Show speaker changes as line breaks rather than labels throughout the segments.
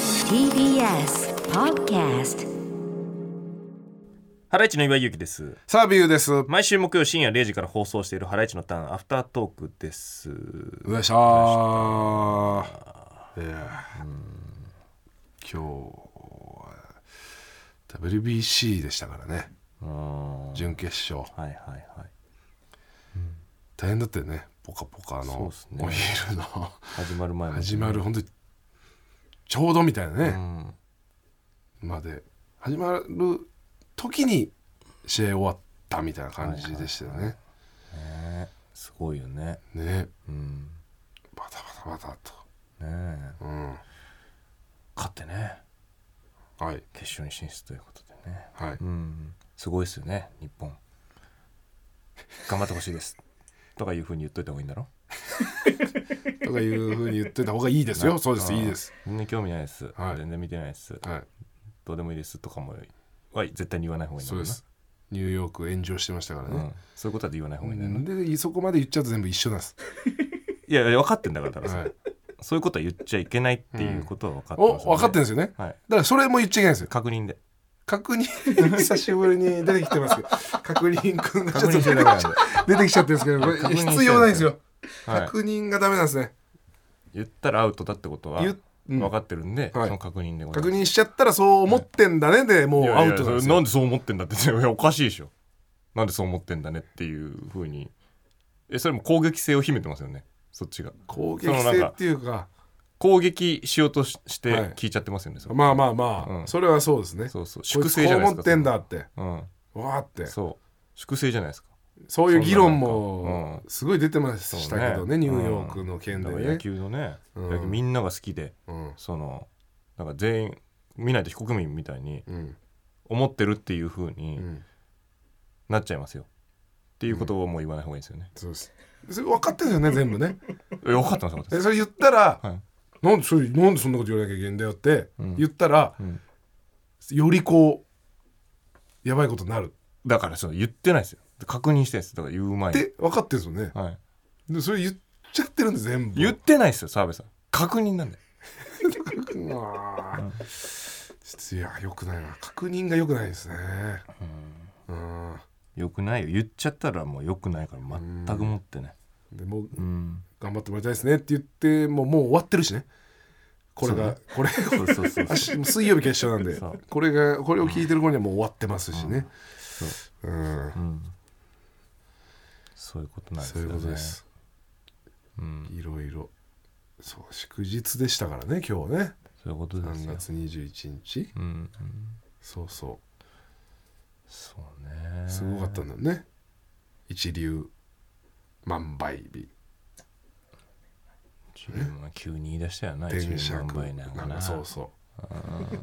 TBS Podcast
ハライチの岩井ゆきです。
サービューです。よ
毎週木曜深夜0時から放送しているハライチのターンアフタートークです。
っしゃー。いやー今日は WBC でしたからね。
うーんはい
準決勝。
はいはい。
大変だったよね。ポカポカ
そうっ
の
すね
お昼の
始まる前も、
始まる本当にちょうどみたいな
う
ね、
ん。
まで始まる時に試合終わったみたいな感じでしたよね。
ねすごいよね。
ね、
うん。
バタバタバタ
ねえ
と。うん。
勝ってね、
はい
決勝に進出ということでね。
はい。
うん。すごいですよね、日本。頑張ってほしいです。 とかいうふうに言っといた方がいいんだろ
とかいうふうに言ってた方がいいですよ。そうです、
ん
いいです。
全然興味ないです、
はい
全然見てないです。
はい。
どうでもいいですとかも、はい、絶対に言わない方がいいんだ
そ
ろ
う
う
で
な。
す。ニューヨーク炎上してましたから
う
ね。
ん。そういうことは言わない方がいいんだよな。
で、そこまで言っちゃうと全部一緒なんです。
いやいや分かってんだからだから、
はい。
そういうことは言っちゃいけないっていうことは分かって
お、
ますよね
分かってるんですよね。だか
はい
らそれも言っちゃいけないんですよ。
確認で
確認、 久しぶりに出てきてますけど、確認くんがちょっ
確
と
認してなかった
出てきちゃってるんですけど、こ
確認
れ
してない
必要ないんですよ。
はい
確認がダメなんですね。
言ったらアウトだってことは
言っうん
分かってるんで、
はい
その確認でござい
確
ます
認しちゃったらそう思ってんだねで、もう
いや
ア
いや
ウトなんです
な
よ
ん。でそう思ってんだって いやおかしいでしょなんでそう思ってんだねっていうふうにえそれも攻撃性を秘めてますよねそっちが
攻撃
その
性
な
っ
んか
ていうか、
攻撃しようとしして
はい
聞いちゃってますよね、それ
まあまあま
うん
あ、それはそうですね。
そうそう
こい
粛
つ
清じゃないですか
こう思ってんだって、
その
わーって
うん。そう粛清じゃないですか
そういう議論
そんな中
も
う
すごい出てましたけどね、ニューヨークの件
だ
で
から
ね
野。球のね、
うん
野球みんなが好きで
うん
そのなんか全員見ないと非国民みたいに
うん
思ってるっていうふう
う
に
ん
なっちゃいますよ、っていうことをもう言わない方がいいですよね、
そうです。それ分かってるよね、全部ね。
え分かってます分かってま
え
す
それ言ったら、
はい
なんでそれなんでそんなこと言わなきゃいけないんだよって
うん
言ったら、
うん
よりこうやばいことになる
だからその言ってないですよ確認してないですだから言う前
っ
に、
て分かってるんですよね。
はい、
でそれ言っちゃってるんです全部。
言ってないですよ澤部さん確認なんだよ
うわーちょっといや良くないな確認が良くないですね。うん。
よくないよ言っちゃったらもうよくないから全くもってね
でもう
うん
頑張ってもらいたいですねって言ってもうもう終わってるしね。これが、これ
そうそうそう
明日水曜日決勝なんで
そう
これがこれを聞いてる頃にはもう終わってますしね。う
う
ん
んそういうことなんです
そ
よ
うい
ね
うことです。
うん、
いろいろ。そう、祝日でしたからね、今日ね。
そういうことです
3
よ
月21日。
うんうん
そうそ
そうね
う。すごかったんだよね。一流万倍日。
自分は急に言い出したよな
電
1
車
万
区
倍なんかな
そうそ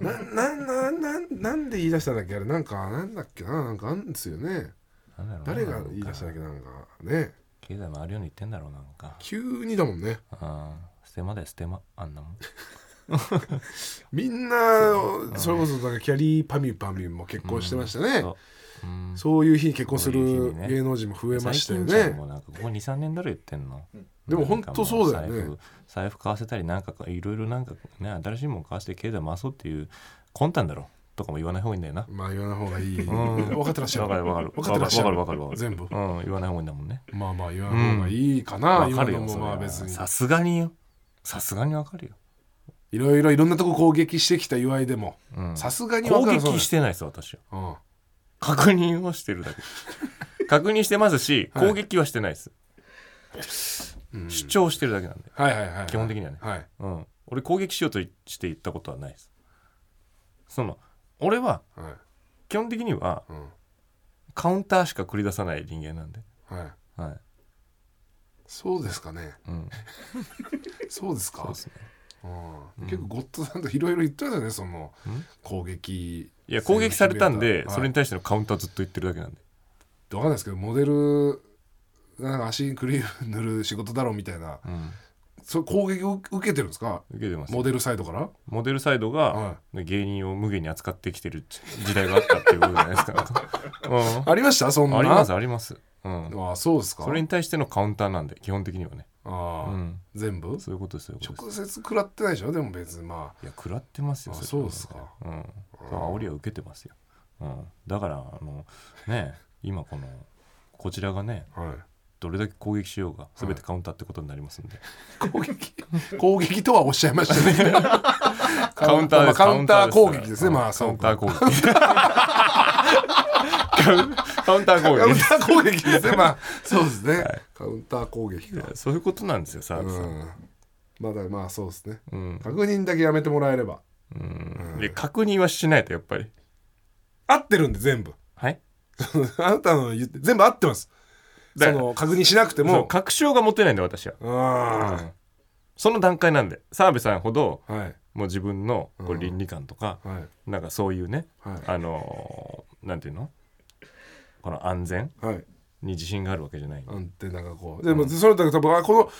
う。な、な、な、な、なんで言い出したんだっけあれ、なんか、なんだっけな、なんかあるんですよね。
なんだろうな
誰が言い出したんだっけなんか、ね。
経済回るように言ってんだろうなんか
急にだもんね。
あーステマだよステマあんなも ん
みんな、それこそ、なんか、キャリーパミュパミュも結婚してましたね。
そううん
そういう日に結婚
そ
す
ういう
る
日にね
芸能人も増えました
最近
よ
じゃ
ね
も。うなんかここ23年だろ言ってんの
でも
なんか
ほんとそうだよね
も財布財布買わせたりなんかいろいろなんかね新しいもん買わせて経済回そうっていう魂胆だろとかも言わない方がいいんだよな
まあ言わない方がいい。
ん
分かってらっしゃる。
わかるわかる
分かってらっしゃ
わ
る。
かるわかるわかる
全部。
うん言わない方がいいんだもんね
まあまあ言わない方がいいかな。
わ
今
かる
の
よ
も
それ
まあ
は
別に。
さすがによさすがにわかるよ
いろいろいろんなとこ攻撃してきた岩井でも、
うん
さすがに
攻
分かる。
撃してないです私は
そうだよ
確認をしてるだけ 確認してますし
はい
攻撃はしてないです、
うん
主張してるだけなんで、
うんはいはいはいはい。
基本的にはね
はい。
うん、俺攻撃しようとして言ったことはないですその俺は
はい。
基本的には
うん。
カウンターしか繰り出さない人間なんで、
はい。
は
そうですかね。
いうん、
そうですか
そう。ですね
うん結構ゴッドさんといろいろ言ってましたね、その
うん
攻撃。
いや攻撃されたんで、
はい
それに対してのカウンターずっと言ってるだけなんで
わかんないですけどモデルなんか足にクリーム塗る仕事だろうみたいな、
ん
そういう攻撃を受けてるんですか
受けてます
モデルサイドから
モデルサイドが
は
芸人を無限に扱ってきてる時代があったっていうことじゃないです か、うん
ありましたそんな
ありますあります、うん、
あそうですか
それに対してのカウンターなんで基本的にはね
ああ、
うん
全部
そういうことですそういうことです
直接食らってないでしょでも別にま
いや食らってますよ
あ
れは
そうっすか
うんそう煽りは受けてますよ、うん、だからあのね今このこちらがね
あ、はい、
どれだけ攻撃しようが全てカウンターってことになりますんで、
攻撃攻撃とはおっしゃいましたね
カウンター
ま
で
あ
す
カウンター攻撃ですね
うん
まあそう
カウ
か
ンター攻撃カウンター攻
カウ
撃
ン
で
ター攻撃です ねまあそうですね、カウンター攻撃か
すそういうことなんですよサー
う
ビス
んまだまあそうですね
うん、
確認だけやめてもらえれば
うんで確認はしないとやっぱり
合ってるんで全部
はい
あなたの言って全部合ってます
だ
その確認しなくて
もう
も
確証が持てないんで私は、
うんは
その段階なんで澤部さんほど
いはい
もう自分のこう倫理観とか、なんかそういうね、
はい
あのーなんていうのこの安全
はい
に自信があるわけじゃないんで
なんてなんかこうでもそれだけ多分あこのこ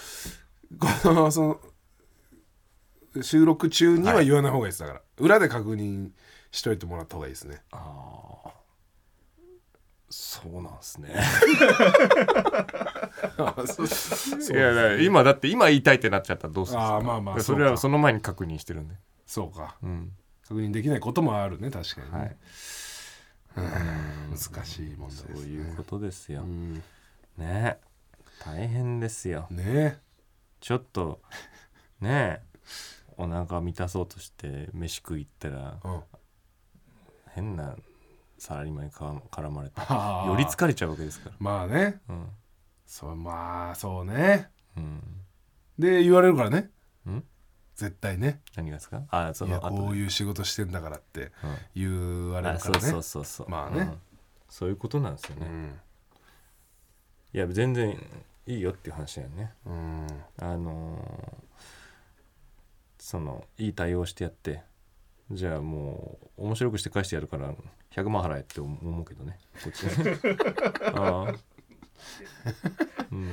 のその収録中には言わない方がいいですだから裏で確認しといてもらった方がいいですね
そうなんです ね
そ
いやだから今だって今言いたいってなっちゃったらどうするんですか
あーまあまあ
で
そ
そ
うか
れはその前に確認してるんで、
そうか
うん、
確認できないこともあるね確かにね、
はい
難しい問題
そ
で
う
す
い
ね
うことですよ、
ん
ね大変ですよ
ね
ちょっとねお腹満たそうとして飯食い行ったら
え、うん、
変なサラリーマンにか絡まれて
あー
より疲れちゃうわけですか
まあね
らうん
そうまあそうね
うん
で言われるからね
ん
絶対ね
何がですかあそ
いや
の
こ
後
う
で
いう仕事してんだからって
うん
言われ
あ
るか
そう
らね
そうそうそう
まあね
うんそういうことなんですよ
う
ね、
ん
いや全然いいよっていう話だよね
うん
あのーそのいい対応してやってじゃあもう面白くして返してやるから100万払えって思思うけどねこっ ちああうん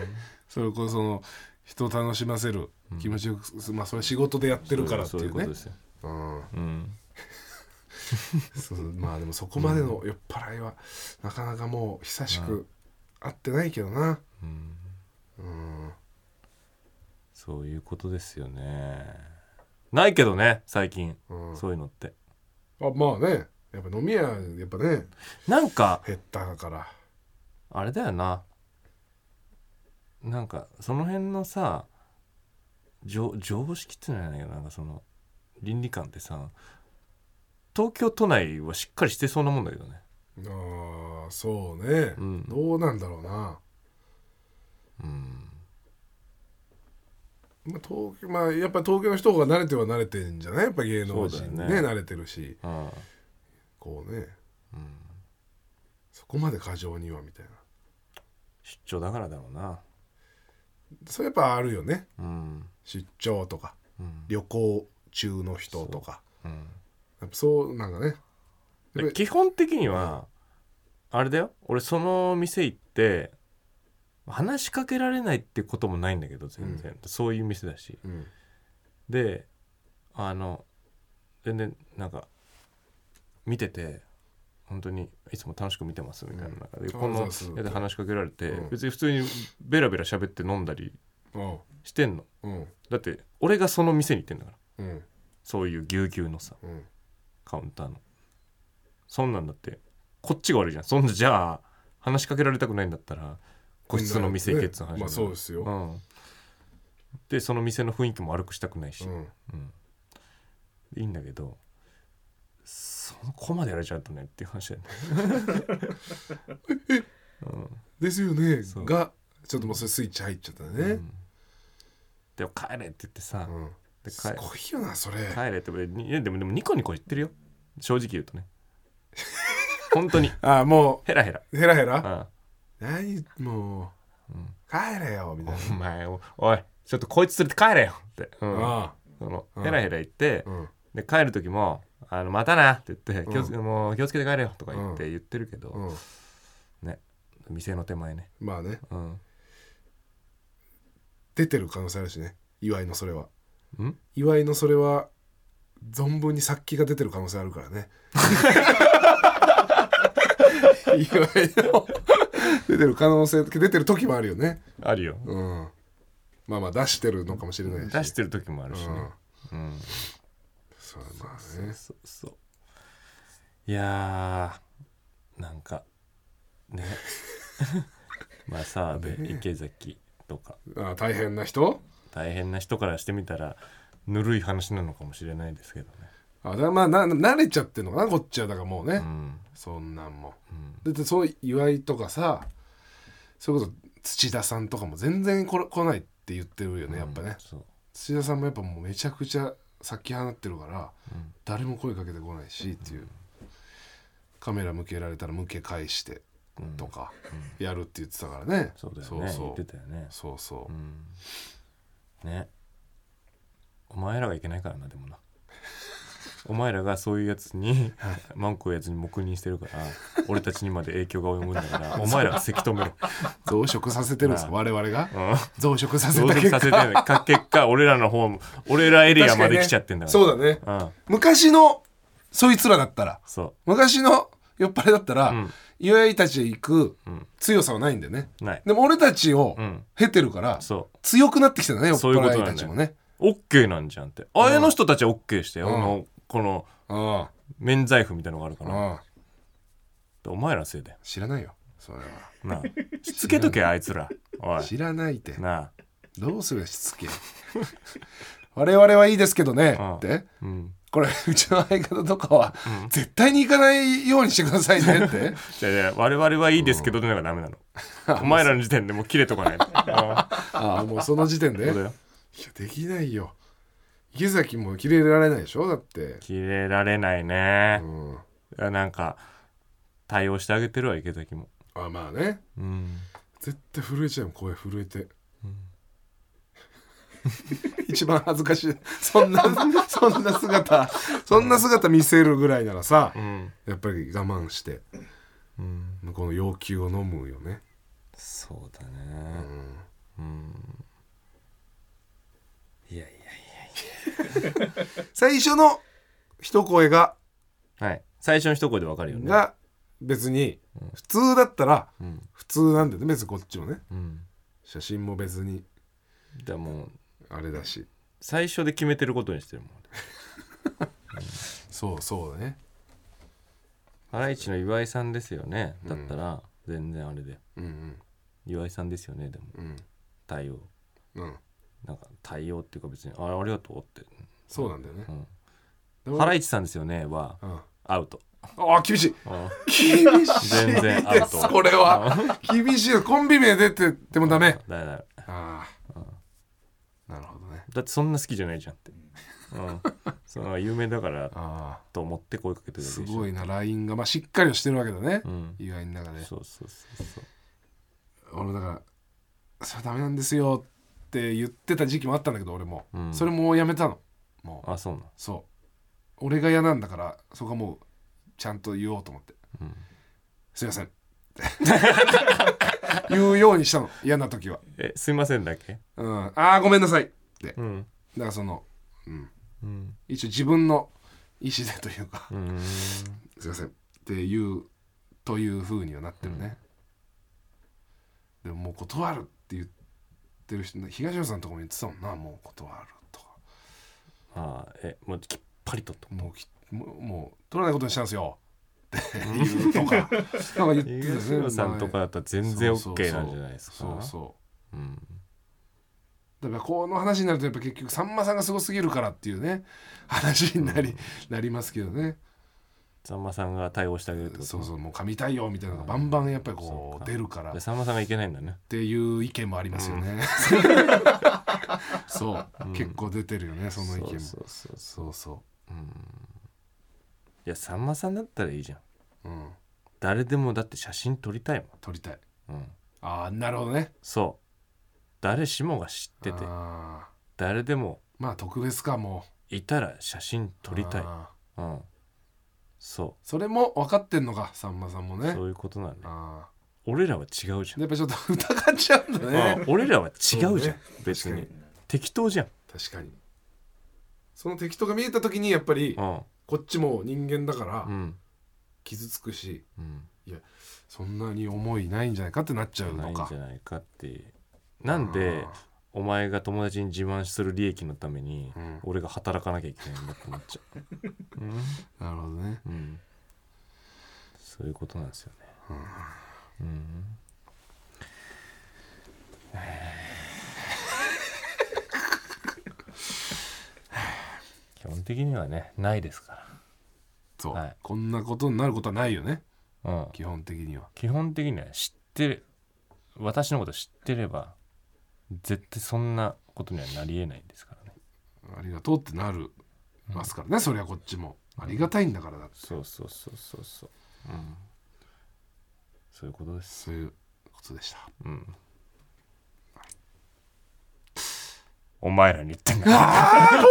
それこそその人を楽しませる気持ちよく、まあそれ仕事でやってるからって
そい
いううね
うことですよ、
う
う
ん
ん、
そうまあでもそこまでの酔っ払いはなかなかもう久しく会ってないけどな
うん、
うん
そういうことですよねないけどね最近、
うん
そういうのって
あまあねやっぱ飲み屋やっぱね
なんか
減ったから
あれだよななんかその辺のさ常常識っていうのはないけどなんかその倫理観ってさ東京都内はしっかりしてそうなもんだけどね
ああそうね、
うん
どうなんだろうな
うん
まあ、東京まあやっぱ東京の人が慣れては慣れてんじゃないやっぱ芸能
そ
人
う
に
だ
ね
よね
慣れてるし
あ
こうね
あ、うん、
そこまで過剰にはみたいな
出張だからだろうな
それやっぱあるよね
うん
出張とか
うん
旅行中の人とか
うん
やっぱそうなんかねやっ
で
ぱり
基本的にはあれだよ俺その店行って話しかけられないってこともないんだけど全然、そういう店だし
うん
であの全然なんか見てて本当にいつも楽しく見てますみたいな中で、
うん
こ
あ
の
そうそう
やで話しかけられて、
うん
別に普通にベラベラ喋って飲んだり
うん
してんの
うん
だって俺がその店に行ってんだから
うん
そういうぎゅうぎゅうのさ
うん
カウンターのそんなんだってこっちが悪いじゃんそんなじゃあ話しかけられたくないんだったら個室の店行けっつう話
ね
にな
まあ
る
そうですよ、
うん、でその店の雰囲気も悪くしたくないし、
うん
いいんだけどそこまでやられちゃうとねっていう話だよね
ですよね
そう
がちょっともうそれスイッチ入っちゃったね、
でも帰れって言ってさ、
うん
です帰
ごいよなそれ、
帰れって俺にいやでもでもニコニコ言ってるよ正直言うとね 本当に
ああも
ヘラヘラ
うヘラヘラ、
あ
何もう、帰れよみたい
お
な、
前おおいちょっとこいつ連れて帰れよって、うん
あ
その
ん
ヘラヘラ言って、
うん
で帰る時も「あのまたな」って言って気をつけ、
う
もう気をつけて帰れよ」とか言って言ってるけど、
あうん
ね店の手前ね、
まあね
うん、
出てる可能性あるしね岩井のそれは
ん
岩井のそれは存分に殺気が出てる可能性あるから ね岩井の出てる可能性出てる時もあるよね
あるよ
うんまあまあ出してるのかもしれないし
出してる時もあるし
う
ね
ん、
うん、
そうまあ
そう
ね
そうそういやーなんかね まあ澤部池崎とか
あ大変な人
大変な人からしてみたらぬるい話なのかもしれないですけどね
あだからまあな慣れちゃってんのかなこっちはだからもうね、
うん
そんなんも
うん
だってそう岩井とかさそれこそ土田さんとかも全然これ来ないって言ってるよねやっぱね、
うんそう
土田さんもやっぱもうめちゃくちゃ先放ってるから
うん
誰も声かけてこないしっていう、カメラ向けられたら向け返して
うん
とかやるって言ってたからね、
そうだよね
そうそ
言っ
う
てたよね
そうそううん
ねお前らがいけないからなでもなお前らがそういうやつ にマンコややつに黙認してるから俺たちにまで影響が及ぶんだからお前らがせき止めろ
増殖させてるんです
うん
我々が
うん
増殖さ せ
増
た
殖
結
さ
果
せてないか結果俺らの方も俺らエリアまで来ちゃってんだから
確かにねそうだ
う
ね
ん
昔のそいつらだったら
そ
昔の酔っ払いだったら、
うん
岩井たちへ行く
ん
強さはないんだよね、
うない
でも俺たちを
うん
経てるから、
そ
強くなってきてるね酔っ
そういうこと
払
ないんだよ
たちもね
うオッケーなんじゃんってああいうの人たちはオッケーしてよ、
うん
あのこの
あ
免罪符みたいのがあるか
あ
ら、
ああ
お前らのせいだよ
知らないよそれは
なあしつけとけあいつらおい
知らないって
な
どうするしつけ 我々はいいですけどね
うん
って
あうん
これうちの相方とかは、絶対に行かないようにしてくださいねって
じゃあじゃあ我々はいいですけどでなんかダメなの、お前らの時点でもう切れとか ないとああ
ああもうその時点でい
そう
や
だよ
できないよ池崎も切れられないでしょだって、
切れられないね
う、ん、
いやなんか対応してあげてるわ池崎も
あまあね
うん
絶対震えちゃうもん声震えて、一番恥ずかしいそんなそんな姿そんな姿見せるぐらいならさ、
うん
やっぱり我慢して
うん
向こうの要求を飲むよね
そうだねうん、いやい
最初の一声が
やはい最初の一声でわかるよね
が別に普通だったら
うん
普通なんだよね別にこっちもね
うん
写真も別に
でもう
あれだし
最初で決めてることにしてるもん
そうそうだね
ハライチの岩井さんですよねだったら全然あれで、
うん
岩井さんですよねでも
うんうん
対応
うん
なんか対応っていうか別にあありがとうって、
そうなんだよね
うん
でも
ハライチさんですよねは
うん
アウト
ああ厳しい
あ
厳しい
全然ア
で
ウ
す
ト
これは厳しいよコンビ名出ててもダメ
だだだ
ああなるほどね
だってそんな好きじゃないじゃんって、うん、その有名だから
あ
と思って声かけて
あ
るわけ
す
でしょ
ごいなラインがまあしっかりはしてるわけだね
うん
意外の中で
そうそうそうそう
俺だからそれダメなんですよって言ってた時期もあったんだけど俺も
うん
それもうやめたのもう
あそうな
そう俺が嫌なんだからそこはもうちゃんと言おうと思って
うん
すいません言うようにしたの嫌な時は
えすいませんだっけ
うんああごめんなさいって
うん
だからその、うん、
うん
一応自分の意思でというか、
うーん
すいませんっていうというふうにはなってるね、でももう断るって言ってる人東野さんのとこも言ってたもんなもう断るとか
ああえもうきっぱりとと
もうきもうもう取らないことにしたんで すよって言うとかなんか言ってたよね
東野さんとかだったら全然
そうそう
OK なんじゃないですか、
そうそう
ん、
うだからこの話になるとやっぱ結局さんまさんがすごすぎるからっていうね話になり,、なりますけどね
さんまさんが対応してあげるってこと
そうそうもう噛みたいよみたいなのがバンバンやっぱりこ
そう
う
か
出るからっ
でさんまさんがいけないんだね
ていう意見もありますよね、 そう、結構出てるよねその意見
そ
もそう
そうそう
そ
いやさんまさんだったらいいじゃん
う、うん、
誰でもだって写真撮りたい
撮りたい
もん、うん、
ああなるほどね
そう誰しもが知ってて
あー
誰でも
まあ特別かも
いたら写真
う
撮りたい、
あー
うん、そ
それも分かってんのかさんまさんも
う
ね
そういうことなんだよ
あ
俺らは違うじ
ーでやっぱちょっと疑っちゃうんだ
ゃん、
ね
うん俺らは違うじゃん、
そうね
別に
確
適当じゃん、
確かにその敵とか見えた時にやっぱり
うん
こっちも人間だか
う
ら
ん
傷つくし
うん、
いやそんなに思いないんじゃないかってなっちゃう
ないん
のか
じゃないかっていうなんでお前が友達に自慢する利益のために、
うん
俺が働かなきゃいけないんだって思っちゃう、うん
なるほどね
うん、そういうことなんですよね。うん基本的にはねないですか
そう、
はい
こんなことになることはないよね
ら、うん、
基本的には
基本的には知ってる私のこと知ってれば絶対そんなことにはなりえないんですからね
ありがとうってなるますからね、そりゃこっちもありがたいんだからだって
そうそうそうそうそう、うん、そういうことです、
そういうことでした
うん、お前らに言ってんだ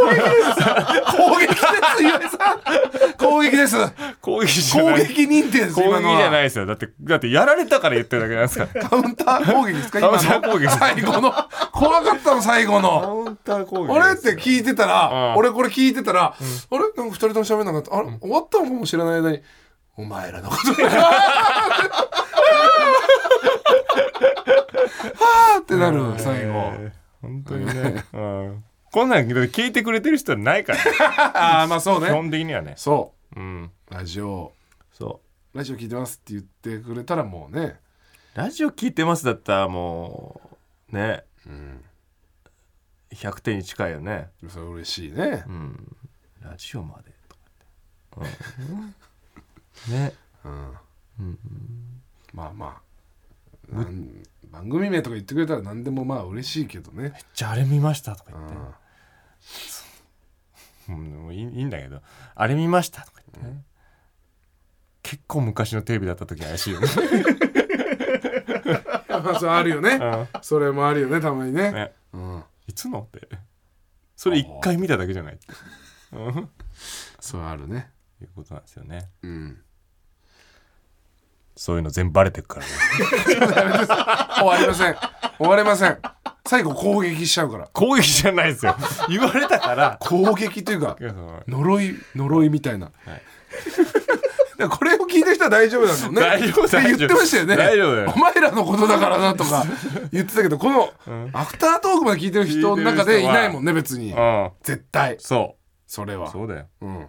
攻撃です岩井さん攻撃 です
攻撃じゃ
攻
ない
撃認定です
攻撃
今のは
じゃないですよだってだってやられたから言ってるだけなんですから
カウンター攻撃ですか今の
カウンター攻撃
最後の怖かったの最後の
ウンター攻
あれって
い
聞いてたら、
うん
俺これ聞いてたら、あれなんか二人とも喋んなかったあれ、終わったのかもしれない間にお前らのことだよはあってなる最後
本当にね、うん、こんなん聞いてくれてる人はないから
ああまあそう
基
ね
本的にはね
そ
うん
うラジオ
そう
ラジオ聞いてますって言ってくれたらもうね、
ラジオ聞いてますだったらもうね
うん、
100点に近いよね
それ嬉しいね
う、んラジオまでとかって、うん、ね
うん、
うん
まあまあなん番組名とか言ってくれたら何でもまあ嬉しいけどね、
じゃああれ見ましたとか
う
言って、
ん、
うん、もういいいいんだけど「あれ見ました」とか言ってね、結構昔のテレビだった時怪しい よね
まあそれあるよね、
ん
それもあるよねたまにね
ね
うん、
いつのってそれ一回見ただけじゃないって
それあるね
いうことなんですよね
うん
そういうの全部バレてくから、ね、
終わりません終われません最後攻撃しちゃうから
攻撃じゃない ですよ言われたから
攻撃というか
いやその
呪い呪いみたいな、
い
だからこれを聞いてる人は大丈夫なんだろうね
大丈夫
って言ってましたよね
大丈夫だよ
お前らのことだからなとか言ってたけどこ のアフタートークまで聞いてる人の中でいないもんね別に
うん
絶対
そ
それ
う
は
そうだよ
うん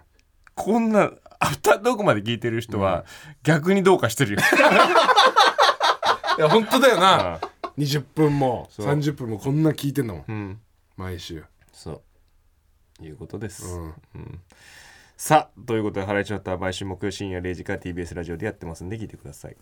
こんなアフタートークまで聞いてる人は逆にどうかしてるよ、
いや本当だよ な
う
20分も
そう
30分もこんな聞いてんだもん
んうん、
毎週
そういうことです、
うん
さあということで「ハライチのターン」毎週木曜深夜0時から TBS ラジオでやってますんで聞いてください